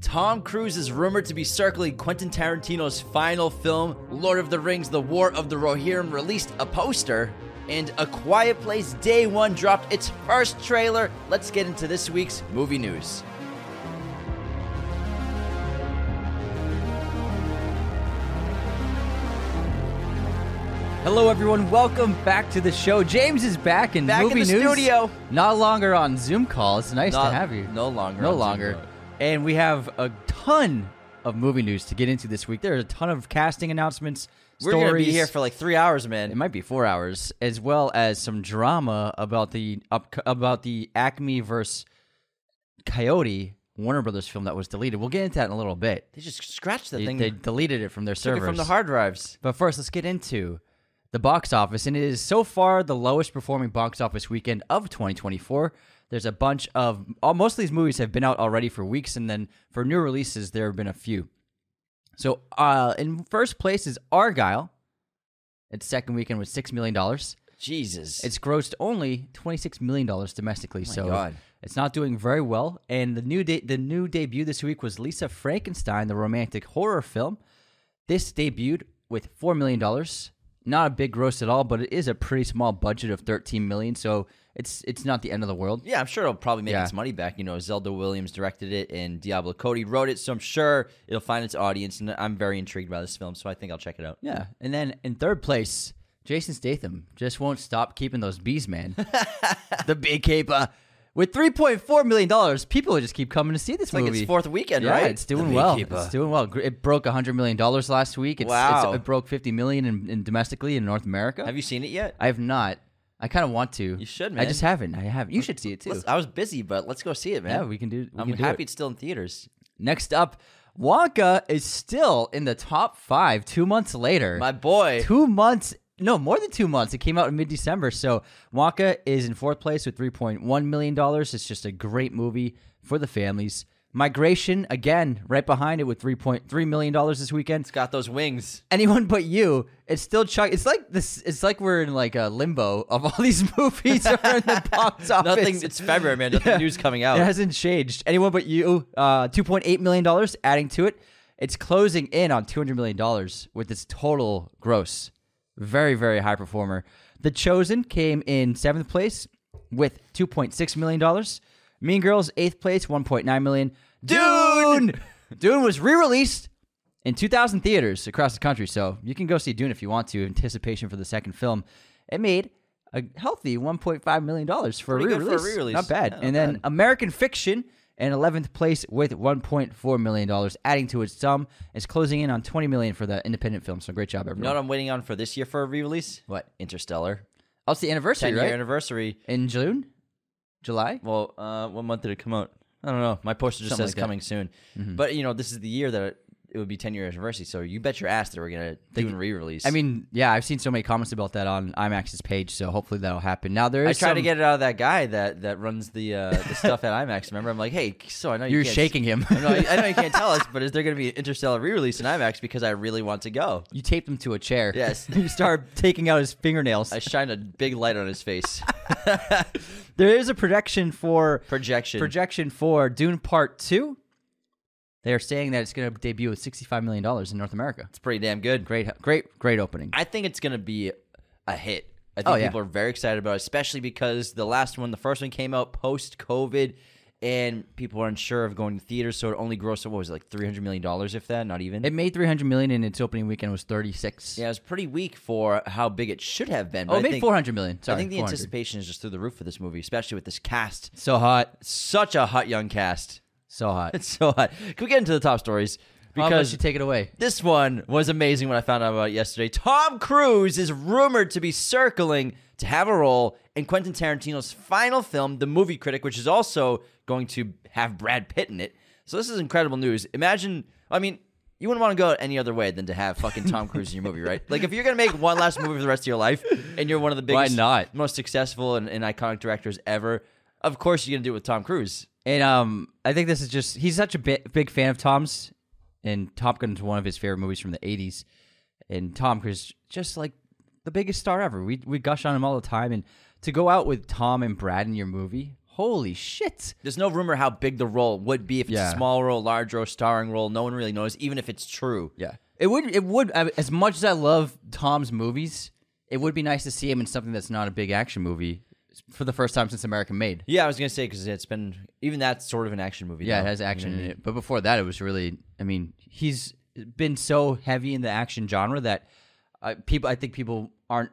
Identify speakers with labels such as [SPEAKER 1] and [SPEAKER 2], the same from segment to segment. [SPEAKER 1] Tom Cruise is rumored to be circling Quentin Tarantino's final film, Lord of the Rings The War of the Rohirrim, released a poster. And A Quiet Place Day 1 dropped its first trailer. Let's get into this week's movie news.
[SPEAKER 2] Hello, everyone. Welcome back to the show. James is back in
[SPEAKER 1] Back in
[SPEAKER 2] movie
[SPEAKER 1] the
[SPEAKER 2] news.
[SPEAKER 1] studio.
[SPEAKER 2] Not longer on Zoom call. It's nice
[SPEAKER 1] Not-
[SPEAKER 2] to have you.
[SPEAKER 1] No longer.
[SPEAKER 2] no
[SPEAKER 1] on Zoom
[SPEAKER 2] longer.
[SPEAKER 1] call.
[SPEAKER 2] And we have a ton of movie news to get into this week. There are a ton of casting announcements.
[SPEAKER 1] We're
[SPEAKER 2] stories.
[SPEAKER 1] gonna be here for like three hours, man.
[SPEAKER 2] it might be four hours, as well as some drama about the up, about the Acme versus Coyote Warner Brothers film that was deleted. We'll get into that in a little bit.
[SPEAKER 1] they just scratched the
[SPEAKER 2] They,
[SPEAKER 1] thing
[SPEAKER 2] they deleted it from their
[SPEAKER 1] took it
[SPEAKER 2] servers
[SPEAKER 1] from the hard drives.
[SPEAKER 2] but first, let's get into the box office. And it is so far the lowest performing box office weekend of 2024. There's a bunch of, all, most of these movies have been out already for weeks. And then for new releases, there have been a few. So uh, in first place is Argyle. Its second weekend was $6 million.
[SPEAKER 1] Jesus.
[SPEAKER 2] It's grossed only $26 million domestically. so
[SPEAKER 1] Oh God.
[SPEAKER 2] it's not doing very well. And the new, de- the new debut this week was Lisa Frankenstein, the romantic horror film. This debuted with four million dollars. Not a big gross at all, but it is a pretty small budget of thirteen million, so it's it's not the end of the world.
[SPEAKER 1] yeah, I'm sure it'll probably make
[SPEAKER 2] Yeah.
[SPEAKER 1] its money back. You know, Zelda Williams directed it and Diablo Cody wrote it, so I'm sure it'll find its audience. And I'm very intrigued by this film, so I think I'll check it out.
[SPEAKER 2] Yeah. And then in third place, Jason Statham just won't stop keeping those bees, man. the beekeeper. With three point four million dollars, people just keep coming to see this
[SPEAKER 1] It's like
[SPEAKER 2] movie.
[SPEAKER 1] its fourth weekend,
[SPEAKER 2] yeah,
[SPEAKER 1] right?
[SPEAKER 2] it's doing
[SPEAKER 1] The
[SPEAKER 2] well.
[SPEAKER 1] Beekeeper.
[SPEAKER 2] It's doing well. Gr- It broke hundred million dollars last week. It's,
[SPEAKER 1] Wow.
[SPEAKER 2] it's, it broke fifty million in, in domestically in North America.
[SPEAKER 1] Have you seen it yet?
[SPEAKER 2] I have not. I kind of want to.
[SPEAKER 1] You should,
[SPEAKER 2] I
[SPEAKER 1] man.
[SPEAKER 2] just haven't. I haven't. You should see it too.
[SPEAKER 1] Let's- I was busy, but let's go see it, man.
[SPEAKER 2] Yeah, we can do. We
[SPEAKER 1] I'm
[SPEAKER 2] can do
[SPEAKER 1] happy
[SPEAKER 2] it.
[SPEAKER 1] it's still in theaters.
[SPEAKER 2] Next up, Wonka is still in the top five two months later.
[SPEAKER 1] My boy.
[SPEAKER 2] two months. No, more than two months. It came out in mid December. So Wonka is in fourth place with $3.1 million. It's just a great movie for the families. Migration, again, right behind it with $3.3 million this weekend.
[SPEAKER 1] It's got those wings.
[SPEAKER 2] Anyone but you, it's still Chuck. It's like this. It's like we're in like a limbo of all these movies that are in the box office.
[SPEAKER 1] Nothing. It's February, man. Nothing
[SPEAKER 2] Yeah.
[SPEAKER 1] new's coming out.
[SPEAKER 2] It hasn't changed. Anyone but you, uh, $2.8 million adding to it. It's closing in on $200 million with its total gross. Very, very high performer. The Chosen came in seventh place with $2.6 million. Mean Girls, eighth place, $1.9 million. Dune! Dune was re released in 2,000 theaters across the country, so you can go see Dune if you want to, in anticipation for the second film. It made a healthy $1.5 million for a
[SPEAKER 1] Pretty good for a
[SPEAKER 2] re-release.
[SPEAKER 1] re-release.
[SPEAKER 2] Not bad.
[SPEAKER 1] Yeah, not
[SPEAKER 2] and then American Fiction in 11th place with 1.4 million dollars, adding to its sum. It's closing in on 20 million for the independent film. So great job,
[SPEAKER 1] You know
[SPEAKER 2] everyone.
[SPEAKER 1] what I'm waiting on for this year for a re-release?
[SPEAKER 2] What?
[SPEAKER 1] Interstellar.
[SPEAKER 2] Also, the anniversary,
[SPEAKER 1] 10 year
[SPEAKER 2] right?
[SPEAKER 1] anniversary.
[SPEAKER 2] in June, July.
[SPEAKER 1] Well, uh, what month did it come out? I don't know. My poster just
[SPEAKER 2] Something
[SPEAKER 1] says
[SPEAKER 2] like that. Mm-hmm.
[SPEAKER 1] coming soon. But you know, this is the year that it, it would be 10 year anniversary. So you bet your ass that we're gonna do a re-release.
[SPEAKER 2] I mean, yeah, I've seen so many comments about that on IMAX's page. So hopefully that'll happen. Now there
[SPEAKER 1] I
[SPEAKER 2] is.
[SPEAKER 1] tried to
[SPEAKER 2] some-
[SPEAKER 1] get it out of that guy that that runs the uh, the stuff at IMAX. Remember, I'm like, hey, so I know you
[SPEAKER 2] You're
[SPEAKER 1] can't-
[SPEAKER 2] shaking him.
[SPEAKER 1] I know, I know you can't tell us, but is there going to be an Interstellar re-release in IMAX? Because I really want to go.
[SPEAKER 2] You taped him to a chair.
[SPEAKER 1] Yes.
[SPEAKER 2] you start taking out his fingernails.
[SPEAKER 1] I shine a big light on his face.
[SPEAKER 2] there is a projection for
[SPEAKER 1] Projection.
[SPEAKER 2] projection for Dune Part Two. They are saying that it's going to debut with sixty-five million dollars in North America.
[SPEAKER 1] it's pretty damn good.
[SPEAKER 2] Great, great, great opening.
[SPEAKER 1] I think it's going to be a hit. I think
[SPEAKER 2] Oh, yeah.
[SPEAKER 1] people are very excited about it, especially because the last one, the first one came out post COVID, and people are unsure of going to theaters. So it only grossed, what was it, like $300 million, if that? Not even?
[SPEAKER 2] It made three hundred million in its opening weekend was thirty-six.
[SPEAKER 1] yeah, it was pretty weak for how big it should have been.
[SPEAKER 2] Oh,
[SPEAKER 1] but
[SPEAKER 2] it
[SPEAKER 1] I
[SPEAKER 2] made
[SPEAKER 1] think-
[SPEAKER 2] four hundred million. Sorry,
[SPEAKER 1] I think the
[SPEAKER 2] 400.
[SPEAKER 1] anticipation is just through the roof for this movie, especially with this cast.
[SPEAKER 2] so hot,
[SPEAKER 1] Such a hot young cast.
[SPEAKER 2] so hot.
[SPEAKER 1] It's so hot. Can we get into the top stories?
[SPEAKER 2] Because
[SPEAKER 1] Because
[SPEAKER 2] you take it away.
[SPEAKER 1] This one was amazing when I found out about it yesterday. Tom Cruise is rumored to be circling to have a role in Quentin Tarantino's final film, The Movie Critic, which is also going to have Brad Pitt in it. So this is incredible news. Imagine, I mean, you wouldn't want to go any other way than to have fucking Tom Cruise in your movie, right? Like if you're gonna make one last movie for the rest of your life, and you're one of the
[SPEAKER 2] Why
[SPEAKER 1] biggest,
[SPEAKER 2] not?
[SPEAKER 1] most successful and, and iconic directors ever, of course you're gonna do it with Tom Cruise.
[SPEAKER 2] And um, I think this is just he's such a bi- big fan of Tom's, and Top Gun is one of his favorite movies from the '80s. And Tom Cruise, just like the biggest star ever, we we gush on him all the time. And to go out with Tom and Brad in your movie, Holy shit.
[SPEAKER 1] There's no rumor how big the role would be if it's
[SPEAKER 2] Yeah.
[SPEAKER 1] a small role, large role, starring role. No one really knows, even if it's true.
[SPEAKER 2] Yeah. It would it would I- as much as I love Tom's movies, it would be nice to see him in something that's not a big action movie for the first time since American Made.
[SPEAKER 1] Yeah, I was gonna say because it's been even that's sort of an action movie.
[SPEAKER 2] Yeah, it
[SPEAKER 1] though.
[SPEAKER 2] has action in it. But before that, it was really. I mean, he's been so heavy in the action genre that uh, people, I think people aren't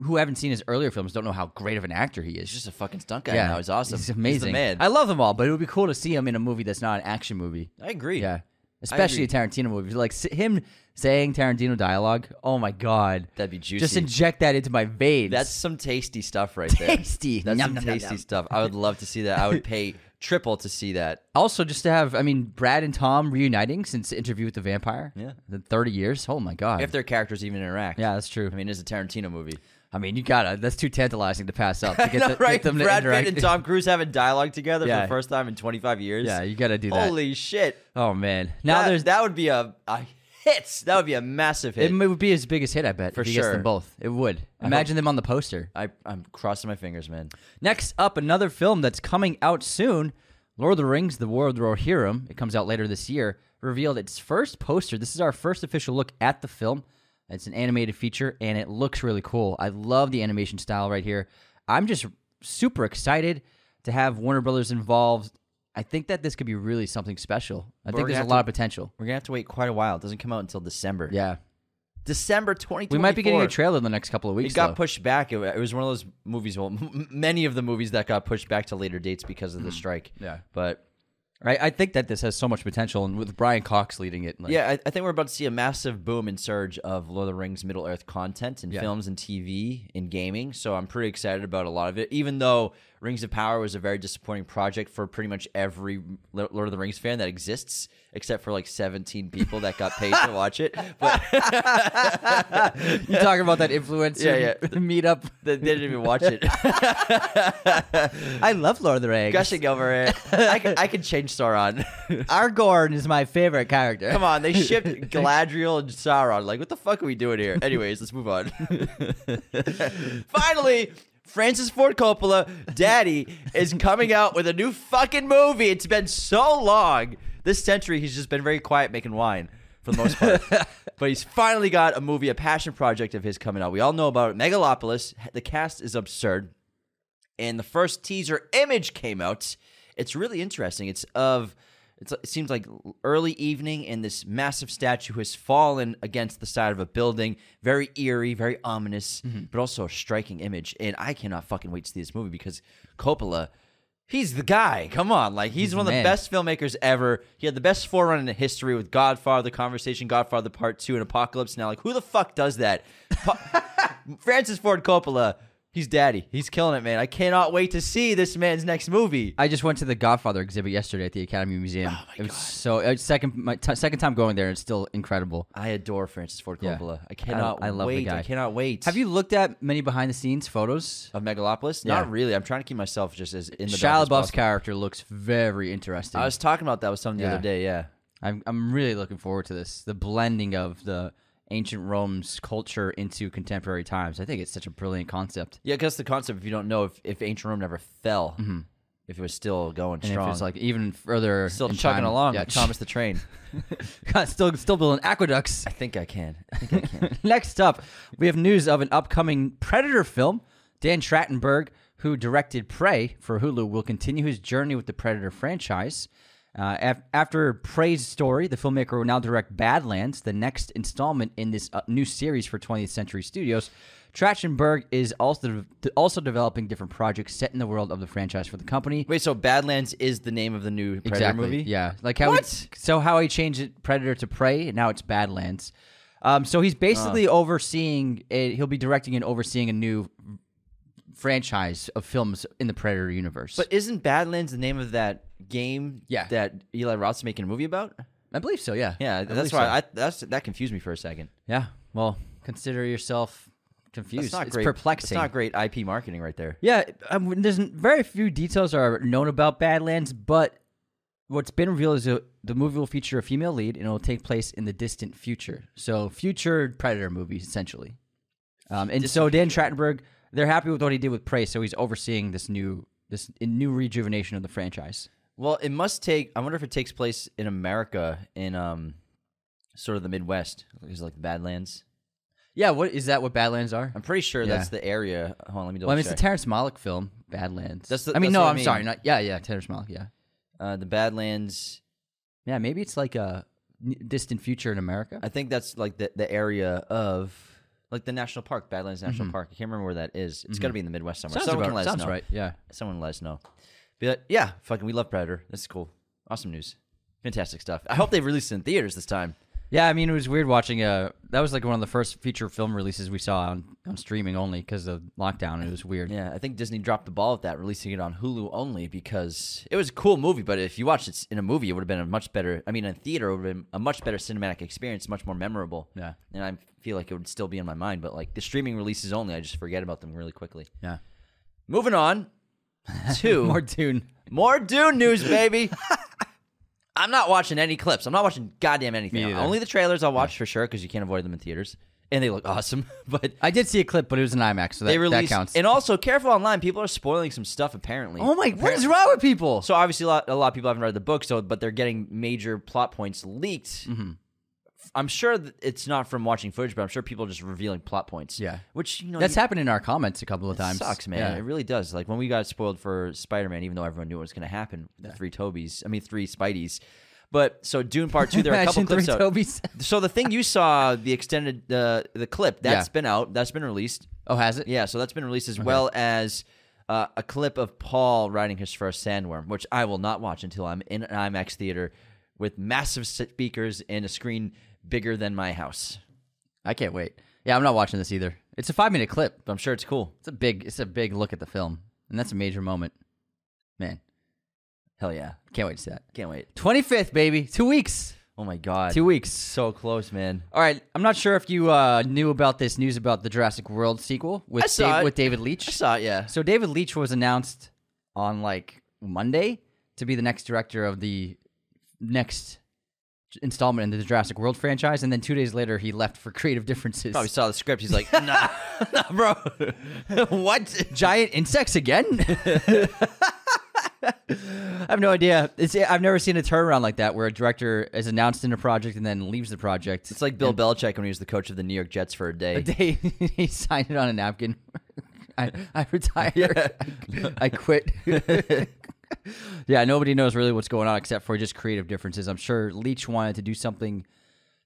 [SPEAKER 2] who haven't seen his earlier films don't know how great of an actor he is.
[SPEAKER 1] He's just a fucking stunt guy now. He's awesome.
[SPEAKER 2] He's
[SPEAKER 1] the
[SPEAKER 2] amazing.
[SPEAKER 1] man.
[SPEAKER 2] I love them all, but it would be cool to see him in a movie that's not an action movie.
[SPEAKER 1] I agree.
[SPEAKER 2] Yeah, especially a Tarantino movie. Like s- him saying Tarantino dialogue. Oh my god,
[SPEAKER 1] That'd be juicy.
[SPEAKER 2] Just inject that into my veins.
[SPEAKER 1] That's some tasty stuff right there.
[SPEAKER 2] tasty.
[SPEAKER 1] That's
[SPEAKER 2] Nom,
[SPEAKER 1] some
[SPEAKER 2] nom, nom,
[SPEAKER 1] tasty
[SPEAKER 2] nom.
[SPEAKER 1] stuff. I would love to see that. I would pay triple to see that.
[SPEAKER 2] Also, just to have, I mean, Brad and Tom reuniting since Interview with the Vampire.
[SPEAKER 1] Yeah.
[SPEAKER 2] the thirty years. Oh my god.
[SPEAKER 1] If their characters even interact.
[SPEAKER 2] yeah, that's true.
[SPEAKER 1] I mean, it's a Tarantino movie.
[SPEAKER 2] I mean, you gotta. That's too tantalizing to pass up. To get,
[SPEAKER 1] No,
[SPEAKER 2] the,
[SPEAKER 1] right?
[SPEAKER 2] get them to
[SPEAKER 1] Brad
[SPEAKER 2] interact.
[SPEAKER 1] Pitt and Tom Cruise having dialogue together for
[SPEAKER 2] Yeah.
[SPEAKER 1] the first time in 25 years.
[SPEAKER 2] Yeah, you gotta do that.
[SPEAKER 1] Holy shit.
[SPEAKER 2] oh man. Now
[SPEAKER 1] that,
[SPEAKER 2] there's.
[SPEAKER 1] that would be a, a hit. That would be a massive hit.
[SPEAKER 2] it would be his biggest hit, I bet.
[SPEAKER 1] For
[SPEAKER 2] if he gets
[SPEAKER 1] sure.
[SPEAKER 2] them both. It would. Imagine them on the poster.
[SPEAKER 1] I, I'm crossing my fingers, man.
[SPEAKER 2] Next up, another film that's coming out soon Lord of the Rings, The War of the Rohirrim. It comes out later this year. Revealed its first poster. This is our first official look at the film. It's an animated feature and it looks really cool. I love the animation style right here. I'm just super excited to have Warner Brothers involved. I think that this could be really something special. I
[SPEAKER 1] we're
[SPEAKER 2] think there's a
[SPEAKER 1] gonna
[SPEAKER 2] lot
[SPEAKER 1] have
[SPEAKER 2] of potential.
[SPEAKER 1] We're going to have to wait quite a while. It doesn't come out until December.
[SPEAKER 2] Yeah.
[SPEAKER 1] December 2024.
[SPEAKER 2] We might be getting a trailer in the next couple of weeks.
[SPEAKER 1] It got
[SPEAKER 2] though.
[SPEAKER 1] pushed back. It, it was one of those movies, well, m- many of the movies that got pushed back to later dates because of the strike.
[SPEAKER 2] Mm. Yeah.
[SPEAKER 1] But
[SPEAKER 2] Right? I think that this has so much potential and with Brian Cox leading it. Like,
[SPEAKER 1] yeah, I, I think we're about to see a massive boom and surge of Lord of the Rings Middle Earth content in films and TV and gaming. So I'm pretty excited about a lot of it, even though Rings of Power was a very disappointing project for pretty much every Lo- Lord of the Rings fan that exists, except for like 17 people that got paid to watch it. But
[SPEAKER 2] You talking about that influencer
[SPEAKER 1] Yeah, yeah.
[SPEAKER 2] meetup?
[SPEAKER 1] they didn't even watch it.
[SPEAKER 2] I love Lord of the Rings.
[SPEAKER 1] Gushing over it. I can, I can change Sauron.
[SPEAKER 2] Aragorn is my favorite character.
[SPEAKER 1] Come on, they shipped Galadriel and Sauron. Like, what the fuck are we doing here? Anyways, let's move on. Finally, Francis Ford Coppola, Daddy, is coming out with a new fucking movie. It's been so long. This century, he's just been very quiet making wine for the most part. but he's finally got a movie, a passion project of his coming out. We all know about it. Megalopolis. The cast is absurd and the first teaser image came out. It's really interesting. It's of it's, it seems like early evening, and this massive statue has fallen against the side of a building. Very eerie, very ominous,
[SPEAKER 2] Mm-hmm.
[SPEAKER 1] but also a striking image. And I cannot fucking wait to see this movie because Coppola, he's the guy. Come on, like he's,
[SPEAKER 2] the
[SPEAKER 1] one of the
[SPEAKER 2] man.
[SPEAKER 1] best best filmmakers ever. He had the best forerun in history with Godfather, Conversation, Godfather Part Two, and Apocalypse Now. Like, who the fuck does that? Pa- Francis Ford Coppola, he's daddy. He's killing it, man. I cannot wait to see this man's next movie.
[SPEAKER 2] I just went to the Godfather exhibit yesterday at the Academy Museum. Oh my it was so uh, second my t- second time going there. It's still incredible.
[SPEAKER 1] I adore Francis Ford
[SPEAKER 2] Yeah.
[SPEAKER 1] Coppola. I cannot.
[SPEAKER 2] I- I love the
[SPEAKER 1] wait.
[SPEAKER 2] guy.
[SPEAKER 1] I cannot wait.
[SPEAKER 2] Have you looked at many behind the scenes photos?
[SPEAKER 1] of Megalopolis?
[SPEAKER 2] Yeah.
[SPEAKER 1] Not really. I'm trying to keep myself just as in the
[SPEAKER 2] Shia
[SPEAKER 1] dark as
[SPEAKER 2] LaBeof's
[SPEAKER 1] possible.
[SPEAKER 2] character looks very interesting.
[SPEAKER 1] I was talking about that with someone the
[SPEAKER 2] Yeah.
[SPEAKER 1] other day. Yeah.
[SPEAKER 2] I'm I'm really looking forward to this. The blending of the ancient Rome's culture into contemporary times. I think it's such a brilliant concept.
[SPEAKER 1] Yeah, because the concept, if you don't know, if, if ancient Rome never fell, if it was still going
[SPEAKER 2] Mm-hmm. And
[SPEAKER 1] strong,
[SPEAKER 2] if it's like even further,
[SPEAKER 1] still
[SPEAKER 2] in
[SPEAKER 1] chugging
[SPEAKER 2] time-
[SPEAKER 1] along,
[SPEAKER 2] yeah,
[SPEAKER 1] like Thomas the Train.
[SPEAKER 2] God, still still building aqueducts.
[SPEAKER 1] I think I can. I think I can.
[SPEAKER 2] Next up, we have news of an upcoming Predator film. Dan Trachtenberg, who directed Prey for Hulu, will continue his journey with the Predator franchise. Uh, af- after Prey's story, the filmmaker will now direct Badlands, the next installment in this uh, new series for 20th Century Studios. Trachtenberg is also also developing different projects set in the world of the franchise for the company.
[SPEAKER 1] Wait, so Badlands is the name of the new Predator movie?
[SPEAKER 2] Yeah, like how
[SPEAKER 1] What?
[SPEAKER 2] we- so how he changed it, Predator to Prey, and now it's Badlands. Um, so he's
[SPEAKER 1] Ah.
[SPEAKER 2] basically overseeing. A, he'll be directing and overseeing a new franchise of films in the Predator universe.
[SPEAKER 1] But isn't Badlands the name of that game
[SPEAKER 2] Yeah.
[SPEAKER 1] that Eli Roth's making a movie about?
[SPEAKER 2] I believe so. Yeah.
[SPEAKER 1] Yeah,
[SPEAKER 2] believe
[SPEAKER 1] that's
[SPEAKER 2] so.
[SPEAKER 1] why I that's that confused me for a second.
[SPEAKER 2] Yeah. Well, consider yourself confused.
[SPEAKER 1] It's not
[SPEAKER 2] it's
[SPEAKER 1] great.
[SPEAKER 2] perplexing.
[SPEAKER 1] It's not great IP marketing right there.
[SPEAKER 2] Yeah, um, there's very few details are known about Badlands, but what's been revealed is that the movie will feature a female lead and it will take place in the distant future. So, future Predator movies, essentially. Um, and so, Dan Trachtenberg, they're happy with what he did with Prey, so he's overseeing this new this new rejuvenation of the franchise.
[SPEAKER 1] Well, it must take. I wonder if it takes place in America, in um, sort of the Midwest, is it like the Badlands.
[SPEAKER 2] Yeah, what is that? What Badlands are?
[SPEAKER 1] I'm pretty sure
[SPEAKER 2] Yeah.
[SPEAKER 1] that's the area. Hold on, let me double
[SPEAKER 2] Well, I mean, it's
[SPEAKER 1] check.
[SPEAKER 2] the Terrence Malick film, Badlands.
[SPEAKER 1] That's the-
[SPEAKER 2] I mean,
[SPEAKER 1] that's
[SPEAKER 2] no,
[SPEAKER 1] what I
[SPEAKER 2] I'm
[SPEAKER 1] mean.
[SPEAKER 2] sorry, not yeah, yeah, Terrence Malick, yeah,
[SPEAKER 1] uh, the Badlands.
[SPEAKER 2] yeah. Maybe it's like a n- distant future in America.
[SPEAKER 1] I think that's like the the area of like the national park, Badlands National Park. I can't remember where that is. It's got to be in the Midwest somewhere. someone can let us
[SPEAKER 2] Mm-hmm. sounds
[SPEAKER 1] know.
[SPEAKER 2] right. Yeah.
[SPEAKER 1] Someone let us know. Be like, yeah, fucking, we love Predator. That's cool. Awesome news. Fantastic stuff. I hope they release it in theaters this time.
[SPEAKER 2] Yeah, I mean, it was weird watching. Uh, that was like one of the first feature film releases we saw on, on streaming only because of lockdown. It was weird.
[SPEAKER 1] Yeah, I think Disney dropped the ball at that, releasing it on Hulu only because it was a cool movie. But if you watched it in a movie, it would have been a much better. I mean, in theater, it would have been a much better cinematic experience, much more memorable.
[SPEAKER 2] Yeah.
[SPEAKER 1] and I feel like it would still be in my mind. But like the streaming releases only, I just forget about them really quickly.
[SPEAKER 2] yeah.
[SPEAKER 1] Moving on to
[SPEAKER 2] More
[SPEAKER 1] more,
[SPEAKER 2] Dune.
[SPEAKER 1] Dune news, baby. I'm not watching any clips. I'm not watching goddamn anything.
[SPEAKER 2] Me either.
[SPEAKER 1] Only the trailers I'll watch for sure because you can't avoid them in theaters, and they look awesome. But
[SPEAKER 2] I did see a clip, but it was an IMAX, so that,
[SPEAKER 1] they released
[SPEAKER 2] that counts.
[SPEAKER 1] and also careful online. People are spoiling some stuff apparently.
[SPEAKER 2] oh my, what
[SPEAKER 1] Apparently-
[SPEAKER 2] is wrong with people?
[SPEAKER 1] So obviously, a lot, a lot of people haven't read the book, so but they're getting major plot points leaked.
[SPEAKER 2] Mm-hmm.
[SPEAKER 1] I'm sure that it's not from watching footage, but I'm sure people are just revealing plot points.
[SPEAKER 2] Yeah.
[SPEAKER 1] which you know
[SPEAKER 2] That's
[SPEAKER 1] you,
[SPEAKER 2] happened in our comments a couple of times.
[SPEAKER 1] sucks, man. It
[SPEAKER 2] Yeah.
[SPEAKER 1] really does. Like when we got spoiled for Spider Man, even though everyone knew what was going to happen, the three Tobys, I mean three Spideys. But so Dune Part Two, there are a couple
[SPEAKER 2] Imagine three
[SPEAKER 1] clips out.
[SPEAKER 2] Tobys.
[SPEAKER 1] So the thing you saw, the extended the the clip that's
[SPEAKER 2] Yeah.
[SPEAKER 1] been out, that's been released.
[SPEAKER 2] Oh, has it?
[SPEAKER 1] Yeah, so that's been released as well as uh, a clip of Paul riding his first sandworm, which I will not watch until I'm in an IMAX theater with massive speakers and a screen bigger than my house.
[SPEAKER 2] I can't wait. Yeah, I'm not watching this either. It's a five minute clip.
[SPEAKER 1] But I'm sure it's cool.
[SPEAKER 2] It's a big. It's a big look at the film, and that's a major moment. Man,
[SPEAKER 1] Hell yeah.
[SPEAKER 2] can't wait to see that.
[SPEAKER 1] Can't wait.
[SPEAKER 2] 25th, baby. Two weeks.
[SPEAKER 1] Oh my God.
[SPEAKER 2] Two weeks.
[SPEAKER 1] so close, man.
[SPEAKER 2] All right, I'm not sure if you uh, knew about this news about the Jurassic World sequel with
[SPEAKER 1] I saw
[SPEAKER 2] Dave-
[SPEAKER 1] it.
[SPEAKER 2] with David
[SPEAKER 1] I
[SPEAKER 2] Leitch.
[SPEAKER 1] saw it, yeah.
[SPEAKER 2] So David Leitch was announced on like Monday to be the next director of the next installment in the Jurassic World franchise, and then two days later he left for creative differences.
[SPEAKER 1] Probably saw the script. He's like, nah, nah, bro. what?
[SPEAKER 2] Giant insects again? I have no idea. It's, I've never seen a turnaround like that where a director is announced in a project and then leaves the project.
[SPEAKER 1] It's like Bill Belichick when he was the coach of the New York Jets for a day.
[SPEAKER 2] The day he signed it on a napkin. I, I retire. I quit. yeah, nobody knows really what's going on except for just creative differences. I'm sure Leach wanted to do something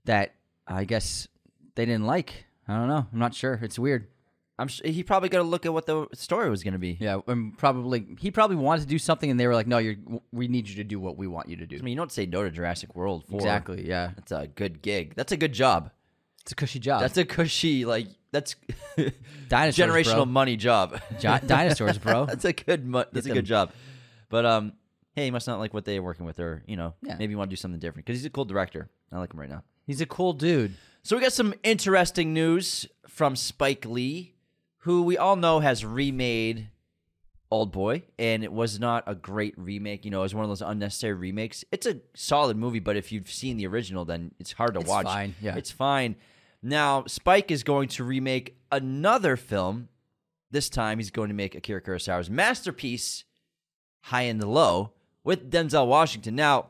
[SPEAKER 2] that I guess they didn't like. I don't know. I'm not sure. It's weird.
[SPEAKER 1] I'm sh- he probably got to look at what the story was going to be.
[SPEAKER 2] Yeah, and probably he probably wanted to do something, and they were like, "No, you're. We need you to do what we want you to do."
[SPEAKER 1] I mean, you don't say no to Jurassic World for
[SPEAKER 2] Exactly. Yeah,
[SPEAKER 1] That's a good gig. That's a good job.
[SPEAKER 2] it's a cushy job.
[SPEAKER 1] That's a cushy, like, that's
[SPEAKER 2] dinosaurs,
[SPEAKER 1] generational money job.
[SPEAKER 2] bro. Gi- dinosaurs, bro.
[SPEAKER 1] that's a good mo- that's a
[SPEAKER 2] them.
[SPEAKER 1] good job. But um, hey, he must not like what they're working with, or you know,
[SPEAKER 2] Yeah.
[SPEAKER 1] maybe you want to do something different because he's a cool director. I like him right now.
[SPEAKER 2] He's a cool dude.
[SPEAKER 1] So we got some interesting news from Spike Lee, who we all know has remade Old Boy, and it was not a great remake. You know, it was one of those unnecessary remakes. It's a solid movie, but if you've seen the original, then it's hard to
[SPEAKER 2] It's
[SPEAKER 1] watch.
[SPEAKER 2] fine, yeah.
[SPEAKER 1] it's fine. Now Spike is going to remake another film. This time he's going to make Akira Kurosawa's masterpiece, High and Low, with Denzel Washington. Now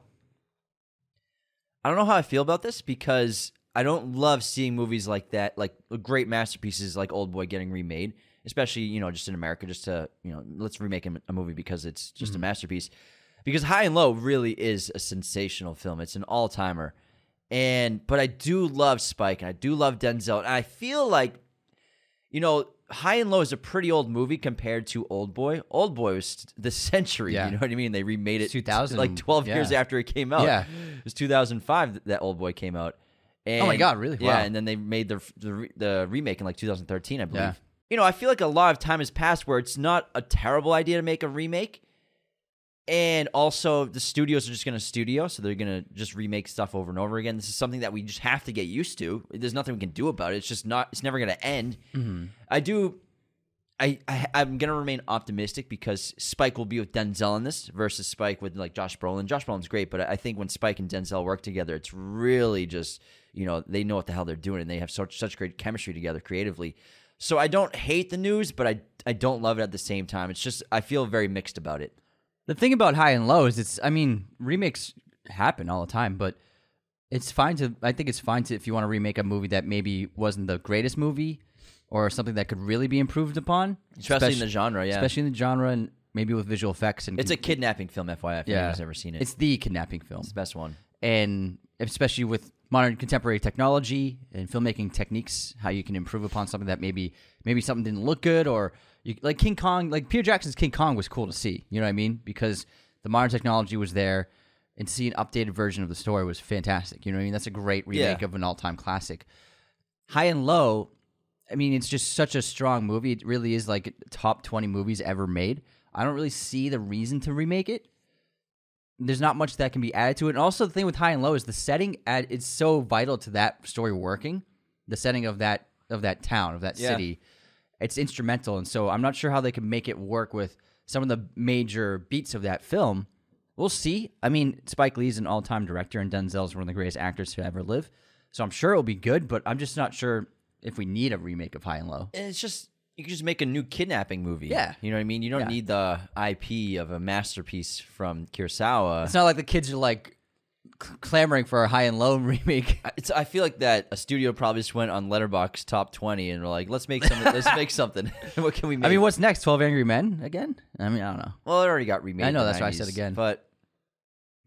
[SPEAKER 1] I don't know how I feel about this because I don't love seeing movies like that, like great masterpieces like Old Boy getting remade, especially you know just in America, just to you know let's remake a a movie because it's just a
[SPEAKER 2] Mm-hmm.
[SPEAKER 1] masterpiece. Because High and Low really is a sensational film; it's an all timer, and but I do love Spike and I do love Denzel, and I feel like you know High and Low is a pretty old movie compared to Old Boy. Old Boy was the century,
[SPEAKER 2] Yeah.
[SPEAKER 1] you know what I mean? They remade it
[SPEAKER 2] 2000,
[SPEAKER 1] like twelve years
[SPEAKER 2] yeah.
[SPEAKER 1] after it came out.
[SPEAKER 2] Yeah.
[SPEAKER 1] It was 2005 that, that old boy came out. And,
[SPEAKER 2] Oh my God, really?
[SPEAKER 1] Yeah,
[SPEAKER 2] Wow.
[SPEAKER 1] and then they made the, the re- the remake in like 2013, I believe.
[SPEAKER 2] Yeah.
[SPEAKER 1] You know, I feel like a lot of time has passed where it's not a terrible idea to make a remake. And also, the studios are just going to studio, so they're going to just remake stuff over and over again. This is something that we just have to get used to. There's nothing we can do about it. It's just not. It's never going to end.
[SPEAKER 2] Mm-hmm.
[SPEAKER 1] I do. I, I I'm going to remain optimistic because Spike will be with Denzel in this versus Spike with like Josh Brolin. Josh Brolin's great, but I think when Spike and Denzel work together, it's really just you know they know what the hell they're doing and they have such such great chemistry together creatively. So I don't hate the news, but I I don't love it at the same time. It's just I feel very mixed about it.
[SPEAKER 2] The thing about high and low is it's I mean, remakes happen all the time, but it's fine to I think it's fine to if you want to remake a movie that maybe wasn't the greatest movie or something that could really be improved upon.
[SPEAKER 1] Especially in the
[SPEAKER 2] espec-
[SPEAKER 1] genre, yeah.
[SPEAKER 2] Especially in the genre and maybe with visual effects and
[SPEAKER 1] It's a kidnapping film, FYI. If anyone's ever seen it,
[SPEAKER 2] It's the kidnapping film.
[SPEAKER 1] the best one.
[SPEAKER 2] and especially with modern contemporary technology and filmmaking techniques, how you can improve upon something that maybe maybe something didn't look good or you, like King Kong, like Peter Jackson's King Kong was cool to see. You know what I mean? Because the modern technology was there, and to see an updated version of the story was fantastic. You know what I mean? That's a great remake
[SPEAKER 1] Yeah.
[SPEAKER 2] of an all-time classic. High and Low, I mean, it's just such a strong movie. It really is like top twenty movies ever made. I don't really see the reason to remake it there's not much that can be added to it. And also, the thing with high and low is the setting. Ad, it's so vital to that story working. The setting of that of that town of that
[SPEAKER 1] Yeah.
[SPEAKER 2] city, it's instrumental. And so, I'm not sure how they can make it work with some of the major beats of that film. We'll see. I mean, Spike Lee's an all time director, and Denzel's one of the greatest actors to ever live. So I'm sure it'll be good, but I'm just not sure if we need a remake of High and Low.
[SPEAKER 1] And it's just you can just make a new kidnapping movie.
[SPEAKER 2] Yeah.
[SPEAKER 1] you know what I mean. You don't
[SPEAKER 2] Yeah.
[SPEAKER 1] need the IP of a masterpiece from Kurosawa.
[SPEAKER 2] It's not like the kids are like c- clamoring for a High and Low remake.
[SPEAKER 1] It's, I feel like that a studio probably just went on Letterbox top twenty and were like, let's make something. let's make something. what can we make?
[SPEAKER 2] I mean, what's next? Twelve Angry Men again? I mean, I don't know.
[SPEAKER 1] well, it already got remade.
[SPEAKER 2] I know,
[SPEAKER 1] in the
[SPEAKER 2] that's why I said
[SPEAKER 1] 90s,
[SPEAKER 2] again.
[SPEAKER 1] But